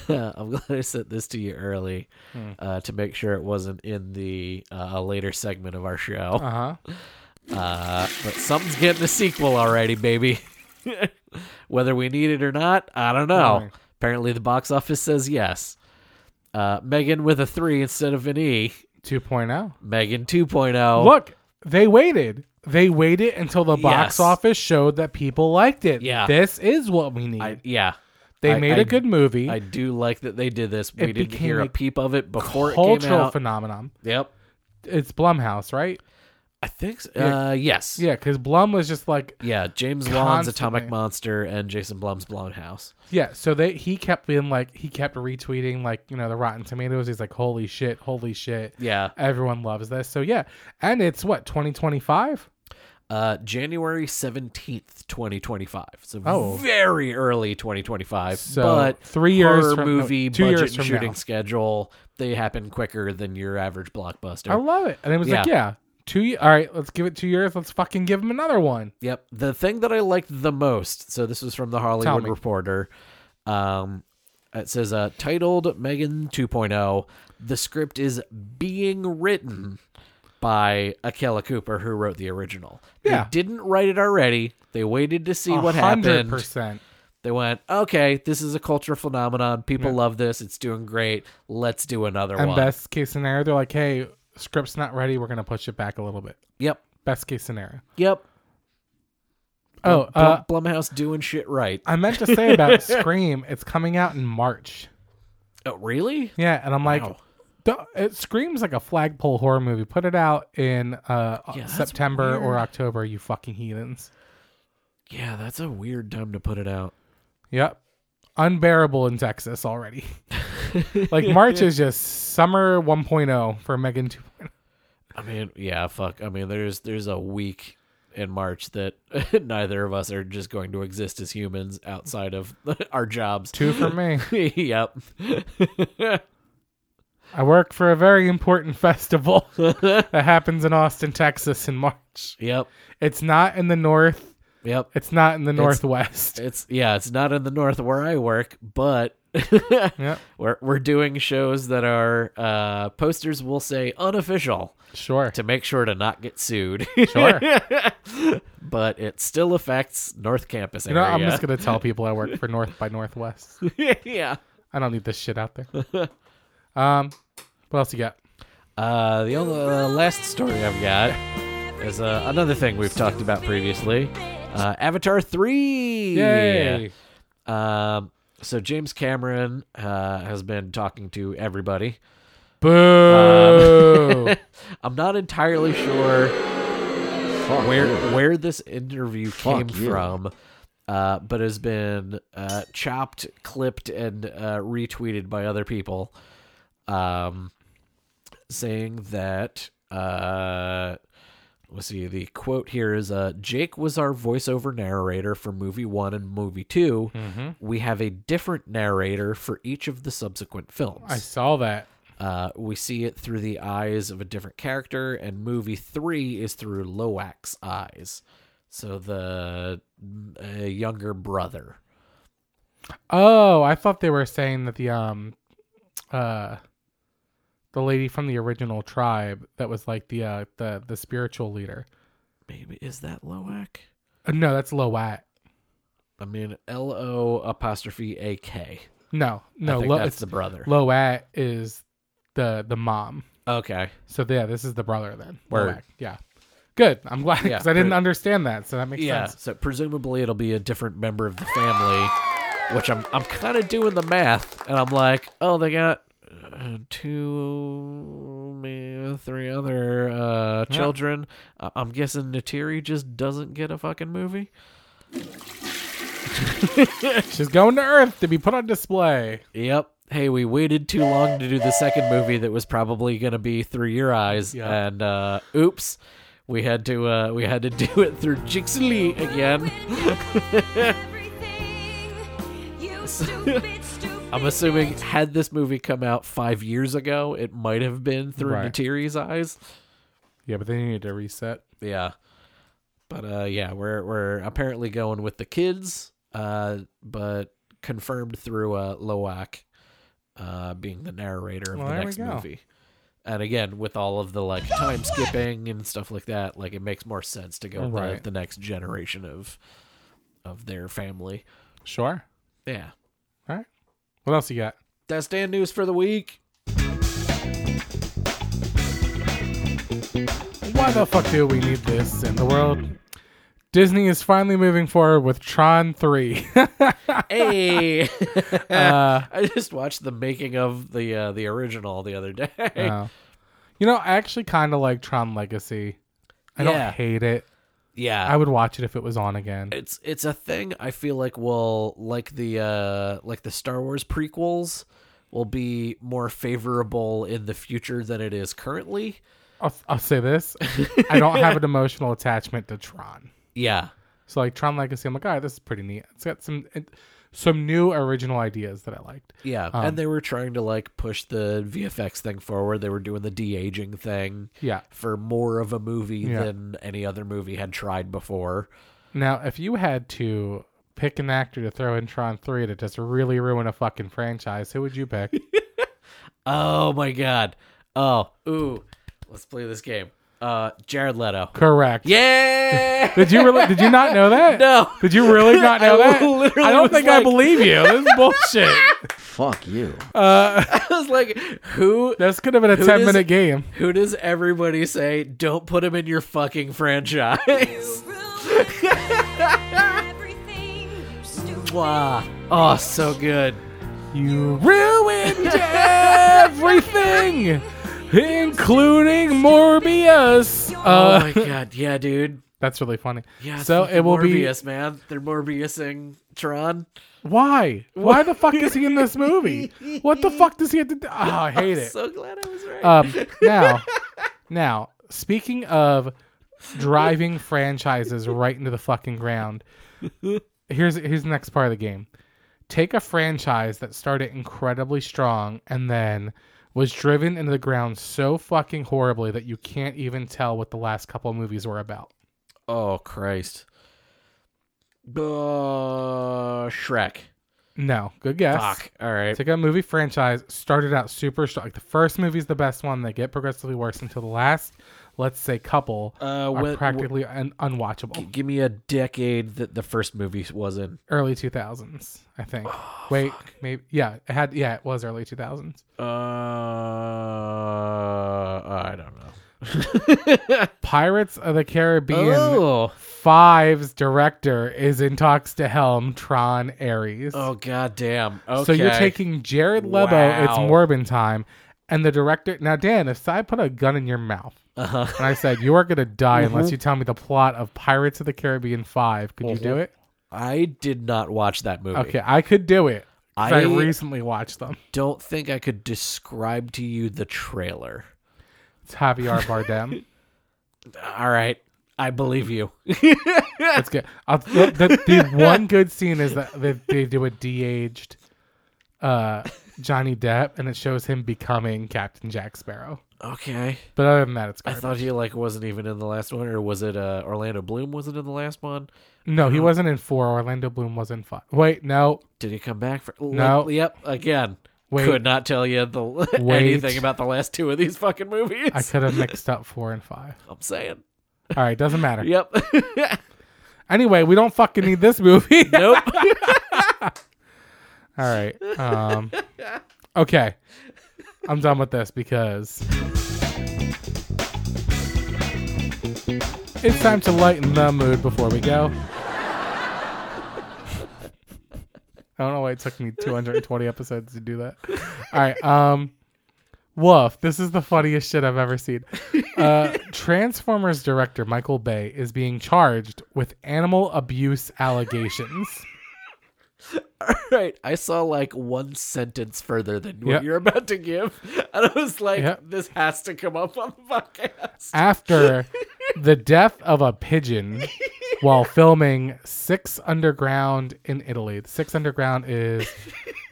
Speaker 3: I'm glad I sent this to you early uh, to make sure it wasn't in the uh, later segment of our show.
Speaker 2: Uh huh.
Speaker 3: Uh, but something's getting a sequel already, baby. Whether we need it or not, I don't know.
Speaker 2: Right.
Speaker 3: Apparently, the box office says yes. Uh, Megan with a three instead of an E.
Speaker 2: 2.0.
Speaker 3: Megan oh. 2.0.
Speaker 2: oh. Look, they waited. They waited until the box
Speaker 3: Yes.
Speaker 2: office showed that people liked it.
Speaker 3: Yeah.
Speaker 2: This is what we need.
Speaker 3: I, yeah,
Speaker 2: they
Speaker 3: I-
Speaker 2: made
Speaker 3: I-
Speaker 2: a good movie.
Speaker 3: I do like that they did this. We didn't
Speaker 2: became
Speaker 3: hear a
Speaker 2: a
Speaker 3: peep of it before it came
Speaker 2: Cultural
Speaker 3: out.
Speaker 2: phenomenon.
Speaker 3: yep.
Speaker 2: It's Blumhouse, right?
Speaker 3: I think so.
Speaker 2: Yeah.
Speaker 3: Uh, yes.
Speaker 2: Yeah, because Blum was just like,
Speaker 3: Yeah, James Wan's
Speaker 2: Constantly.
Speaker 3: Atomic Monster and Jason Blum's Blumhouse.
Speaker 2: yeah. So they he kept being like, he kept retweeting like, you know, the Rotten Tomatoes. He's like, holy shit, holy shit.
Speaker 3: Yeah.
Speaker 2: Everyone loves this. So yeah, and it's what 2025.
Speaker 3: Uh, January 17th, 2025. So
Speaker 2: Oh.
Speaker 3: very early 2025.
Speaker 2: So
Speaker 3: but
Speaker 2: three years
Speaker 3: horror
Speaker 2: from
Speaker 3: movie
Speaker 2: no, two
Speaker 3: budget
Speaker 2: years
Speaker 3: and
Speaker 2: from
Speaker 3: shooting
Speaker 2: now.
Speaker 3: schedule, they happen quicker than your average blockbuster.
Speaker 2: I love it. And it was like,
Speaker 3: Yeah.
Speaker 2: yeah, two. ye- All right, let's give it two years. Let's fucking give him another one.
Speaker 3: Yep. The thing that I liked the most, so this was from the Hollywood
Speaker 2: me.
Speaker 3: Reporter. Um, it says, uh, titled Megan 2.0, oh, the script is being written by Akela Cooper, who wrote the original.
Speaker 2: Yeah.
Speaker 3: They didn't write it already. They waited to see what happened.
Speaker 2: percent.
Speaker 3: They went, okay, this is a cultural phenomenon. People love this. It's doing great. Let's do another
Speaker 2: And
Speaker 3: one.
Speaker 2: best case scenario, they're like, hey, script's not ready. We're gonna push it back a little bit.
Speaker 3: Yep.
Speaker 2: Best case scenario.
Speaker 3: Yep.
Speaker 2: Oh, uh,
Speaker 3: Blum- Blumhouse doing shit right.
Speaker 2: I meant to say about Scream. It's coming out in March.
Speaker 3: Oh, really?
Speaker 2: Yeah, and I'm like,
Speaker 3: Wow.
Speaker 2: "Duh, it screams like a flagpole horror movie. Put it out in uh,
Speaker 3: Yeah, that's
Speaker 2: September or
Speaker 3: weird.
Speaker 2: October, you fucking heathens.
Speaker 3: Yeah, that's a weird time to put it out.
Speaker 2: Yep. Unbearable in Texas already. like March is just summer 1.0 for Megan 2.
Speaker 3: I mean, yeah, fuck. I mean, there's there's a week in March that neither of us are just going to exist as humans outside of our jobs.
Speaker 2: Two for me.
Speaker 3: yep.
Speaker 2: I work for a very important festival that happens in Austin, Texas in March.
Speaker 3: Yep.
Speaker 2: It's not in the north.
Speaker 3: Yep.
Speaker 2: It's not in the northwest.
Speaker 3: It's yeah, it's not in the north where I work, but
Speaker 2: Yep.
Speaker 3: we're we're doing shows that are uh posters will say unofficial
Speaker 2: Sure.
Speaker 3: to make sure to not get sued.
Speaker 2: Sure.
Speaker 3: but it still affects North Campus
Speaker 2: You
Speaker 3: area.
Speaker 2: know, I'm just going to tell people I work for North by Northwest.
Speaker 3: yeah.
Speaker 2: I don't need this shit out there. Um, what else you got?
Speaker 3: Uh, the only uh, last story I've got is uh, another thing we've talked about previously. Uh, Avatar three.
Speaker 2: Yay.
Speaker 3: Um, so James Cameron uh, has been talking to everybody.
Speaker 2: Boo.
Speaker 3: I'm not entirely sure where where this interview came from, uh, but has been uh, chopped, clipped, and uh, retweeted by other people, um, saying that. Uh, Let's see. The quote here is uh, Jake was our voiceover narrator for movie one and movie 2 We have a different narrator for each of the subsequent films.
Speaker 2: I saw that.
Speaker 3: Uh, we see it through the eyes of a different character, and movie three is through Loak's eyes, so the uh, younger brother.
Speaker 2: Oh, I thought they were saying that the um uh the lady from the original tribe that was like the uh the the spiritual leader.
Speaker 3: Maybe is that Loak?
Speaker 2: Uh, No, that's Loat.
Speaker 3: I mean, L O apostrophe A K.
Speaker 2: No, no,
Speaker 3: I think
Speaker 2: Lo-
Speaker 3: that's
Speaker 2: it's
Speaker 3: the brother.
Speaker 2: Loat is the the mom.
Speaker 3: okay,
Speaker 2: So yeah, this is the brother then.
Speaker 3: Word.
Speaker 2: Loat, Yeah. Good. I'm glad because I didn't
Speaker 3: but-
Speaker 2: understand that, so that makes
Speaker 3: Yeah.
Speaker 2: sense.
Speaker 3: So presumably it'll be a different member of the family, which I'm I'm kind of doing the math, and I'm like, oh, they got uh, two, maybe three other uh, children. I- I'm guessing Natiri just doesn't get a fucking movie.
Speaker 2: She's going to Earth to be put on display.
Speaker 3: Yep. Hey, we waited too long to do the second movie that was probably going to be through your eyes,
Speaker 2: Yeah.
Speaker 3: and uh, oops, we had to uh, we had to do it through Jixley again.
Speaker 4: Everything. You stupid, stupid.
Speaker 3: I'm assuming had this movie come out five years ago, it might have been through
Speaker 2: Right.
Speaker 3: Natiri's eyes.
Speaker 2: Yeah, but they needed to reset.
Speaker 3: Yeah. But uh yeah, we're we're apparently going with the kids, uh, but confirmed through uh Loak uh being the narrator of
Speaker 2: Well,
Speaker 3: the
Speaker 2: there we
Speaker 3: next
Speaker 2: go.
Speaker 3: movie. And again, with all of the like time skipping and stuff like that, like it makes more sense to go with the-
Speaker 2: Right.
Speaker 3: the next generation of of their family.
Speaker 2: Sure.
Speaker 3: Yeah.
Speaker 2: All right. What else you got?
Speaker 3: That's Dan News for the week.
Speaker 2: Why the fuck do we need this in the world? Disney is finally moving forward with Tron 3.
Speaker 3: Hey,
Speaker 2: uh,
Speaker 3: I just watched the making of the uh, the original the other day.
Speaker 2: Oh. You know, I actually kind of like Tron Legacy. I
Speaker 3: Yeah.
Speaker 2: don't hate it.
Speaker 3: yeah,
Speaker 2: I would watch it if it was on again.
Speaker 3: it's it's a thing I feel like will like the uh like the Star Wars prequels will be more favorable in the future than it is currently.
Speaker 2: I'll, I'll say this I don't have an emotional attachment to Tron.
Speaker 3: Yeah.
Speaker 2: So, like, Tron Legacy, I'm like, all right, this is pretty neat. It's got some it- some new original ideas that I liked.
Speaker 3: Yeah,
Speaker 2: Um,
Speaker 3: and they were trying to like push the VFX thing forward. They were doing the de-aging thing
Speaker 2: Yeah.
Speaker 3: for more of a movie
Speaker 2: Yeah.
Speaker 3: than any other movie had tried before.
Speaker 2: Now, if you had to pick an actor to throw in Tron 3 to just really ruin a fucking franchise, who would you pick?
Speaker 3: Oh my god. Oh, ooh. Let's play this game. Uh Jared Leto.
Speaker 2: Correct.
Speaker 3: Yeah.
Speaker 2: Did you really, did you not know that?
Speaker 3: No.
Speaker 2: Did you really not know
Speaker 3: I
Speaker 2: that?
Speaker 3: literally
Speaker 2: I don't
Speaker 3: was
Speaker 2: think I
Speaker 3: like-
Speaker 2: believe you. This is bullshit.
Speaker 1: Fuck you.
Speaker 3: Uh, I was like, who
Speaker 2: This could have been a
Speaker 3: Who
Speaker 2: ten
Speaker 3: does-
Speaker 2: minute game.
Speaker 3: who does everybody say don't put him in your fucking franchise?
Speaker 4: Everything. You stupid.
Speaker 3: Wow. Oh, so good.
Speaker 2: You ruined everything, including Morbius.
Speaker 3: oh
Speaker 2: Uh,
Speaker 3: my god. Yeah, dude.
Speaker 2: that's really funny.
Speaker 3: Yeah.
Speaker 2: So
Speaker 3: fucking
Speaker 2: it will
Speaker 3: Morbius, man. They're Morbiusing Tron.
Speaker 2: be why? Why the fuck is he in this movie? What the fuck does he have to do? Oh, I hate it.
Speaker 3: So glad I was right.
Speaker 2: Um, now, now, speaking of driving franchises right into the fucking ground, here's here's the next part of the game. Take a franchise that started incredibly strong and then was driven into the ground so fucking horribly that you can't even tell what the last couple of movies were about.
Speaker 3: oh Christ. Uh, Shrek.
Speaker 2: No, good guess.
Speaker 3: Fuck. All right.
Speaker 2: Take a movie franchise, started out super strong. Like the first movie's the best one, they get progressively worse until the last, let's say, couple
Speaker 3: Uh,
Speaker 2: are
Speaker 3: when-
Speaker 2: practically un- unwatchable.
Speaker 3: Give me a decade that the first movie was in.
Speaker 2: early 2000s i think
Speaker 3: Oh,
Speaker 2: wait maybe yeah it had yeah it was early 2000s
Speaker 3: Uh, I don't know.
Speaker 2: pirates of the caribbean
Speaker 3: Oh.
Speaker 2: five's director is in talks to helm tron ares
Speaker 3: Oh god damn. Okay.
Speaker 2: so you're taking jared leto it's
Speaker 3: Wow.
Speaker 2: morbin time and the director now dan if i put a gun in your mouth
Speaker 3: uh-huh.
Speaker 2: and i said you are going to die unless you tell me the plot of pirates of the caribbean 5 could you
Speaker 3: Uh-huh.
Speaker 2: do it
Speaker 3: I did not watch that movie.
Speaker 2: okay i could do it 'cause I,
Speaker 3: I-
Speaker 2: recently watched them
Speaker 3: Don't think I could describe to you the trailer.
Speaker 2: it's javier bardem
Speaker 3: All right. I believe you.
Speaker 2: That's good. I'll, the, the, the one good scene is that they, they do a de-aged uh, Johnny Depp, and it shows him becoming Captain Jack Sparrow.
Speaker 3: Okay.
Speaker 2: But other than that, it's
Speaker 3: I
Speaker 2: garbage.
Speaker 3: thought he like wasn't even in the last one or was it uh Orlando Bloom wasn't in the last one?
Speaker 2: no, he wasn't in four. Orlando Bloom was in five. Wait, no.
Speaker 3: Did he come back for
Speaker 2: No.
Speaker 3: Like, yep, again.
Speaker 2: Wait.
Speaker 3: Could not tell you the anything about the last two of these fucking movies.
Speaker 2: I could have mixed up four and five.
Speaker 3: I'm saying.
Speaker 2: All right, doesn't matter.
Speaker 3: Yep.
Speaker 2: Anyway, we don't fucking need this movie. All
Speaker 3: nope.
Speaker 2: right. Um, okay. I'm done with this because It's time to lighten the mood before we go. I don't know why it took me 220 episodes to do that. All right. Um, woof. This is the funniest shit I've ever seen. Uh, Transformers director Michael Bay is being charged with animal abuse allegations.
Speaker 3: Right. I saw like one sentence further than
Speaker 2: Yeah.
Speaker 3: what you're about to give. And I was like,
Speaker 2: Yeah.
Speaker 3: this has to come up on the podcast.
Speaker 2: after the death of a pigeon while filming Six Underground in Italy. Six Underground is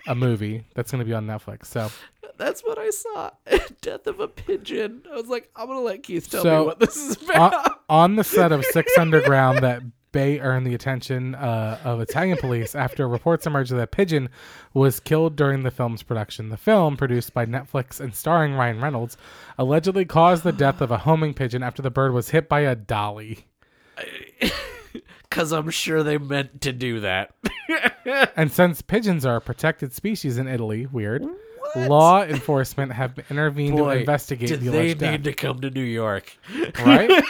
Speaker 2: a movie that's going to be on Netflix. So,
Speaker 3: That's what I saw. Death of a pigeon. I was like, I'm going to let Keith tell
Speaker 2: So, uh,
Speaker 3: me what this is about.
Speaker 2: on, on the set of Six Underground, that Bay earned the attention uh, of Italian police after reports emerged that a pigeon was killed during the film's production. The film, produced by Netflix and starring Ryan Reynolds, allegedly caused the death of a homing pigeon after the bird was hit by a dolly.
Speaker 3: Because I'm sure they meant to do that.
Speaker 2: And since pigeons are a protected species in Italy, weird, law enforcement have intervened to investigate
Speaker 3: did
Speaker 2: the
Speaker 3: they
Speaker 2: alleged death.
Speaker 3: need to come to New York?
Speaker 2: right?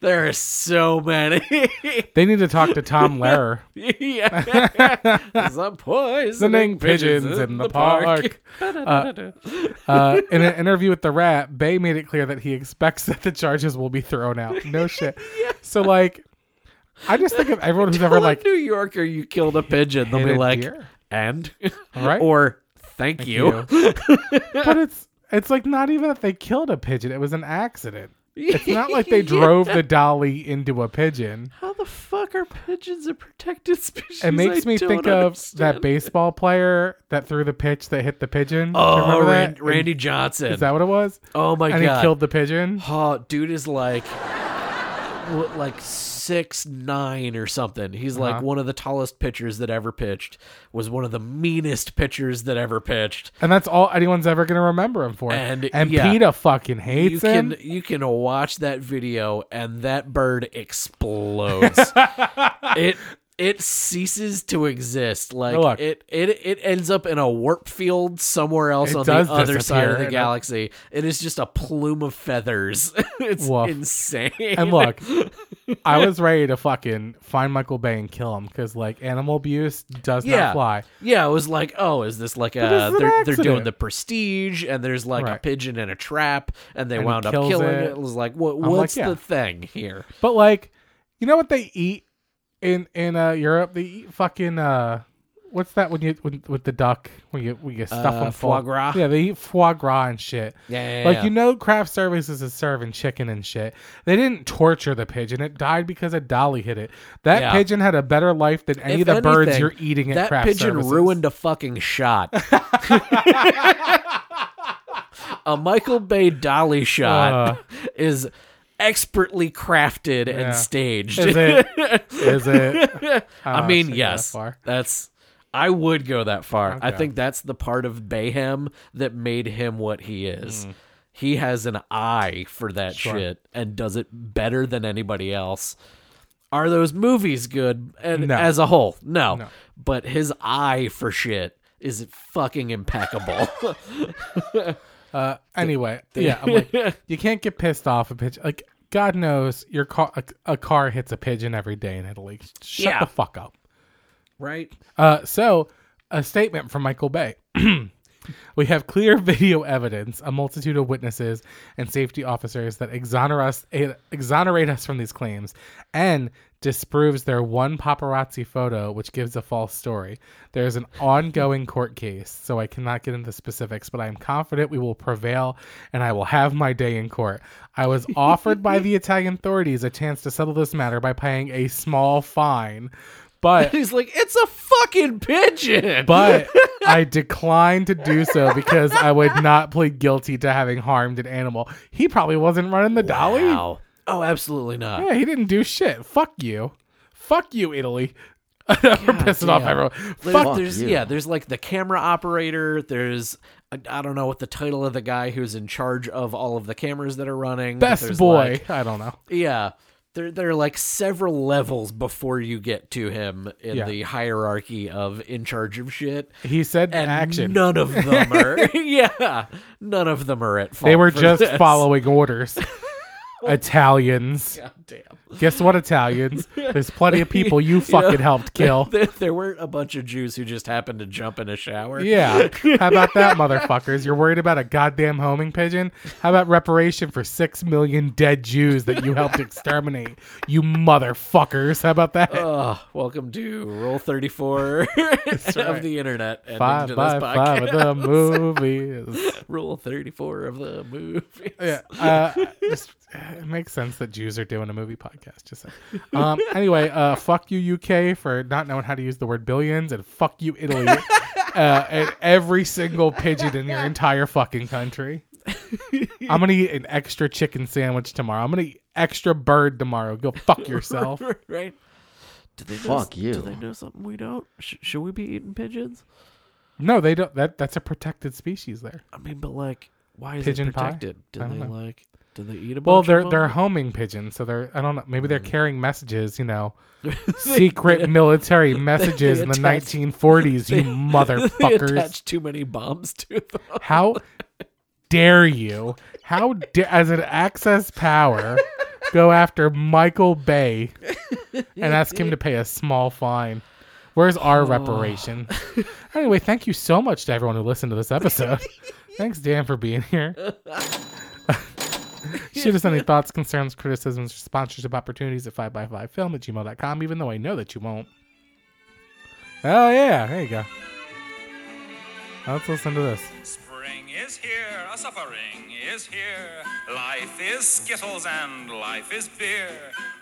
Speaker 3: there are so many.
Speaker 2: They need to talk to Tom Lehrer.
Speaker 3: yeah. 'Cause I'm poisoning
Speaker 2: Sending pigeons in the park. Uh, uh, in an interview with The Rat, Bay made it clear that he expects that the charges will be thrown out. No shit. So, like, I just think of everyone who's ever,
Speaker 3: Well,
Speaker 2: like,
Speaker 3: in New Yorker, you killed a pigeon. They'll
Speaker 2: hit
Speaker 3: be
Speaker 2: it
Speaker 3: like,
Speaker 2: here.
Speaker 3: and
Speaker 2: Right.
Speaker 3: or thank, you.
Speaker 2: but it's it's like not even that they killed a pigeon. It was an accident. It's not like they drove the dolly into a pigeon.
Speaker 3: How the fuck are pigeons a protected species?
Speaker 2: It makes
Speaker 3: I
Speaker 2: me
Speaker 3: don't
Speaker 2: think of that
Speaker 3: understand.
Speaker 2: baseball player that threw the pitch that hit the pigeon. Do you
Speaker 3: Oh,
Speaker 2: remember that?
Speaker 3: Ran-
Speaker 2: And-
Speaker 3: Randy Johnson.
Speaker 2: Is that what it was?
Speaker 3: oh my
Speaker 2: and
Speaker 3: god!
Speaker 2: he killed the pigeon.
Speaker 3: Oh, dude is like, what, like six nine or something. He's like
Speaker 2: Uh-huh.
Speaker 3: one of the tallest pitchers that ever pitched. Was one of the meanest pitchers that ever pitched.
Speaker 2: And that's all anyone's ever going to remember him for.
Speaker 3: And,
Speaker 2: and
Speaker 3: yeah.
Speaker 2: PETA fucking hates
Speaker 3: You
Speaker 2: him.
Speaker 3: can you can watch that video and that bird explodes. it it ceases to exist. Like
Speaker 2: Look.
Speaker 3: it, it it ends up in a warp field somewhere else
Speaker 2: It
Speaker 3: on the
Speaker 2: does
Speaker 3: other side
Speaker 2: disappear,
Speaker 3: of the
Speaker 2: and I-
Speaker 3: galaxy. It is just a plume of feathers. it's
Speaker 2: Woof.
Speaker 3: insane.
Speaker 2: And look, I was ready to fucking find Michael Bay and kill him because, like, animal abuse does
Speaker 3: Yeah.
Speaker 2: not fly.
Speaker 3: Yeah, I was like, oh, is this like a
Speaker 2: this is an
Speaker 3: they're, they're doing
Speaker 2: accident.
Speaker 3: the prestige and there's like a
Speaker 2: Right.
Speaker 3: pigeon and a trap and they
Speaker 2: And he
Speaker 3: wound up
Speaker 2: kills
Speaker 3: killing it.
Speaker 2: it.
Speaker 3: It was like, what
Speaker 2: like,
Speaker 3: what's
Speaker 2: yeah.
Speaker 3: the thing here?
Speaker 2: But, like, you know what they eat in in uh, Europe? They eat fucking. uh What's that when you when, with the duck when you when you stuff
Speaker 3: Uh,
Speaker 2: them
Speaker 3: foie gras?
Speaker 2: Yeah, they eat foie gras and shit.
Speaker 3: Yeah,
Speaker 2: Like you know, craft services is serving chicken and shit. They didn't torture the pigeon; it died because a dolly hit it. That
Speaker 3: Yeah.
Speaker 2: pigeon had a better life than any of the birds
Speaker 3: anything,
Speaker 2: you're eating at
Speaker 3: that
Speaker 2: craft
Speaker 3: pigeon
Speaker 2: services.
Speaker 3: ruined a fucking shot. a Michael Bay dolly shot is expertly crafted
Speaker 2: Uh. Yeah.
Speaker 3: and staged.
Speaker 2: Is it? Is it?
Speaker 3: I
Speaker 2: Oh,
Speaker 3: mean,
Speaker 2: shouldn't go that
Speaker 3: yes,
Speaker 2: far.
Speaker 3: that's. I would go that far. I
Speaker 2: Okay.
Speaker 3: think that's the part of Bayhem that made him what he is. He has an eye for that
Speaker 2: Hmm. Sure.
Speaker 3: shit and does it better than anybody else. Are those movies good? And
Speaker 2: No.
Speaker 3: as a whole, no.
Speaker 2: No.
Speaker 3: But his eye for shit is fucking impeccable.
Speaker 2: Uh, anyway, yeah, I'm like, you can't get pissed off a pigeon. Like God knows, your car a, a car hits a pigeon every day in Italy. Shut
Speaker 3: Yeah.
Speaker 2: the fuck up.
Speaker 3: right?
Speaker 2: Uh, so, a statement from Michael Bay. we have clear video evidence, a multitude of witnesses and safety officers that exonerate us, eh, exonerate us from these claims and disproves their one paparazzi photo, which gives a false story. There is an ongoing court case, so I cannot get into specifics, but I am confident we will prevail and I will have my day in court. I was offered by the Italian authorities a chance to settle this matter by paying a small fine, but
Speaker 3: He's like, it's a fucking pigeon.
Speaker 2: but I declined to do so because I would not plead guilty to having harmed an animal. He probably wasn't running the dolly.
Speaker 3: Wow. Oh, absolutely not.
Speaker 2: Yeah, he didn't do shit. Fuck you. Fuck you, Italy. We're pissing off
Speaker 3: damn.
Speaker 2: everyone.
Speaker 3: There's,
Speaker 2: Fuck
Speaker 3: there's
Speaker 1: you.
Speaker 3: yeah, there's like the camera operator. There's I, I don't know what the title of the guy who's in charge of all of the cameras that are running. but
Speaker 2: best
Speaker 3: there's
Speaker 2: boy.
Speaker 3: like-
Speaker 2: I don't know.
Speaker 3: yeah, there there are like several levels before you get to him in
Speaker 2: Yeah.
Speaker 3: the hierarchy of in charge of shit.
Speaker 2: He said
Speaker 3: And
Speaker 2: action.
Speaker 3: none of them are yeah, none of them are at fault.
Speaker 2: they were
Speaker 3: for
Speaker 2: just
Speaker 3: this.
Speaker 2: following orders. Italians.
Speaker 3: God damn.
Speaker 2: Guess what, Italians? There's plenty of people you
Speaker 3: know,
Speaker 2: fucking helped kill.
Speaker 3: There, there weren't a bunch of Jews who just happened to jump in a shower.
Speaker 2: Yeah. How about that, motherfuckers? You're worried about a goddamn homing pigeon? How about reparation for six million dead Jews that you helped exterminate? You motherfuckers. How about that?
Speaker 3: Oh, welcome to Roll 34 of
Speaker 2: right.
Speaker 3: the internet. And
Speaker 2: five
Speaker 3: into
Speaker 2: by
Speaker 3: this
Speaker 2: five of
Speaker 3: podcast.
Speaker 2: the movies.
Speaker 3: Rule 34 of the movie.
Speaker 2: Yeah, uh, just, it makes sense that Jews are doing a movie podcast. Just saying. um, anyway, uh, fuck you UK for not knowing how to use the word billions, and fuck you Italy uh, and every single pigeon in your entire fucking country. I'm gonna eat an extra chicken sandwich tomorrow. I'm gonna eat extra bird tomorrow. Go fuck yourself.
Speaker 3: right? Do they
Speaker 5: Fuck
Speaker 3: know,
Speaker 5: you.
Speaker 3: Do they know something we don't? Sh- should we be eating pigeons?
Speaker 2: No, they don't. That that's a protected species there.
Speaker 3: I mean, but like, why is
Speaker 2: Pigeon
Speaker 3: it
Speaker 2: pie?
Speaker 3: protected?
Speaker 2: I
Speaker 3: Did
Speaker 2: don't
Speaker 3: they
Speaker 2: know.
Speaker 3: like? Did they eat a bunch?
Speaker 2: Well,
Speaker 3: of
Speaker 2: they're
Speaker 3: them?
Speaker 2: they're homing pigeons, so they're I don't know. Maybe they're carrying messages. You know.
Speaker 3: Mm. They-
Speaker 2: secret military messages in the
Speaker 3: attach-
Speaker 2: 1940s, you
Speaker 3: They
Speaker 2: motherfuckers.
Speaker 3: attached too many bombs to them.
Speaker 2: How dare you? How da- as an access power go after Michael Bay and ask him to pay a small fine? Where's our reparation? Anyway, thank you so much to everyone who listened to this episode. Thanks, Dan, for being here. Shoot us any thoughts, concerns, criticisms, sponsorship opportunities at 5 by 5 film at gmail.com, even though I know that you won't. Oh, yeah. There you go. Now Let's listen to this.
Speaker 6: Spring is here, a suffering is here. Life is skittles and life is beer.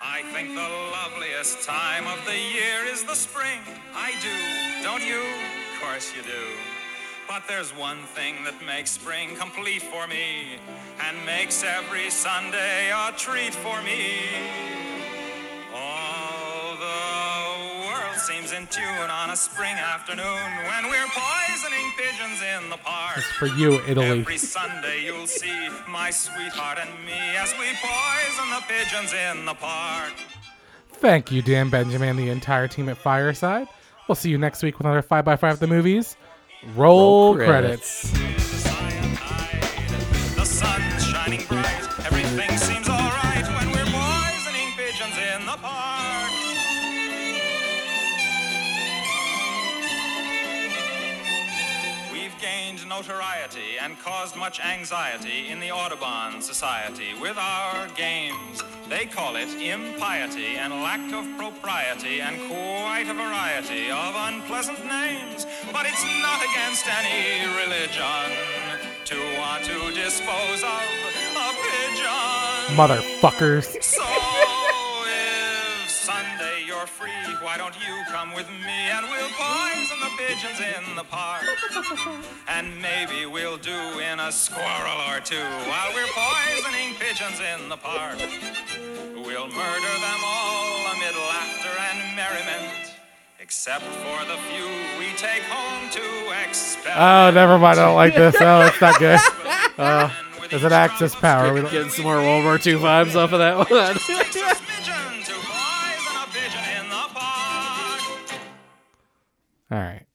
Speaker 6: I think the loveliest time of the year is the spring. I do, don't you? Of course you do. But there's one thing that makes spring complete for me and makes every Sunday a treat for me. All the world seems in tune on a spring afternoon when we're poisoning pigeons in the park.
Speaker 2: It's for you, Italy.
Speaker 6: Every Sunday you'll see my sweetheart and me as we poison the pigeons in the park.
Speaker 2: Thank you, Dan Benjamin, and the entire team at Fireside. We'll see you next week with another 5x5 of the movies.
Speaker 3: Oh,
Speaker 2: Roll, credits.
Speaker 6: The sun's shining bright. Everything seems alright when we're poisoning pigeons in the park. We've gained notoriety and caused much anxiety in the Audubon Society with our games. They call it impiety and lack of propriety and quite a variety of unpleasant names. But it's not against any religion to want to dispose of a pigeon.
Speaker 2: Motherfuckers.
Speaker 6: So if Sunday you're free, why don't you come with me and we'll poison the pigeons in the park? And maybe we'll do in a squirrel or two while we're poisoning pigeons in the park. We'll murder them all amid laughter and merriment, except for the few we take home to experiment.
Speaker 2: Oh, never mind. I don't like this. Oh, it's not good. Uh,
Speaker 6: With
Speaker 2: there's
Speaker 6: each
Speaker 2: an access
Speaker 6: drop of
Speaker 2: power. We don't-
Speaker 3: Getting some more World War II vibes off of that one.
Speaker 6: Takes a pigeon to poison a pigeon in the park.
Speaker 2: All right.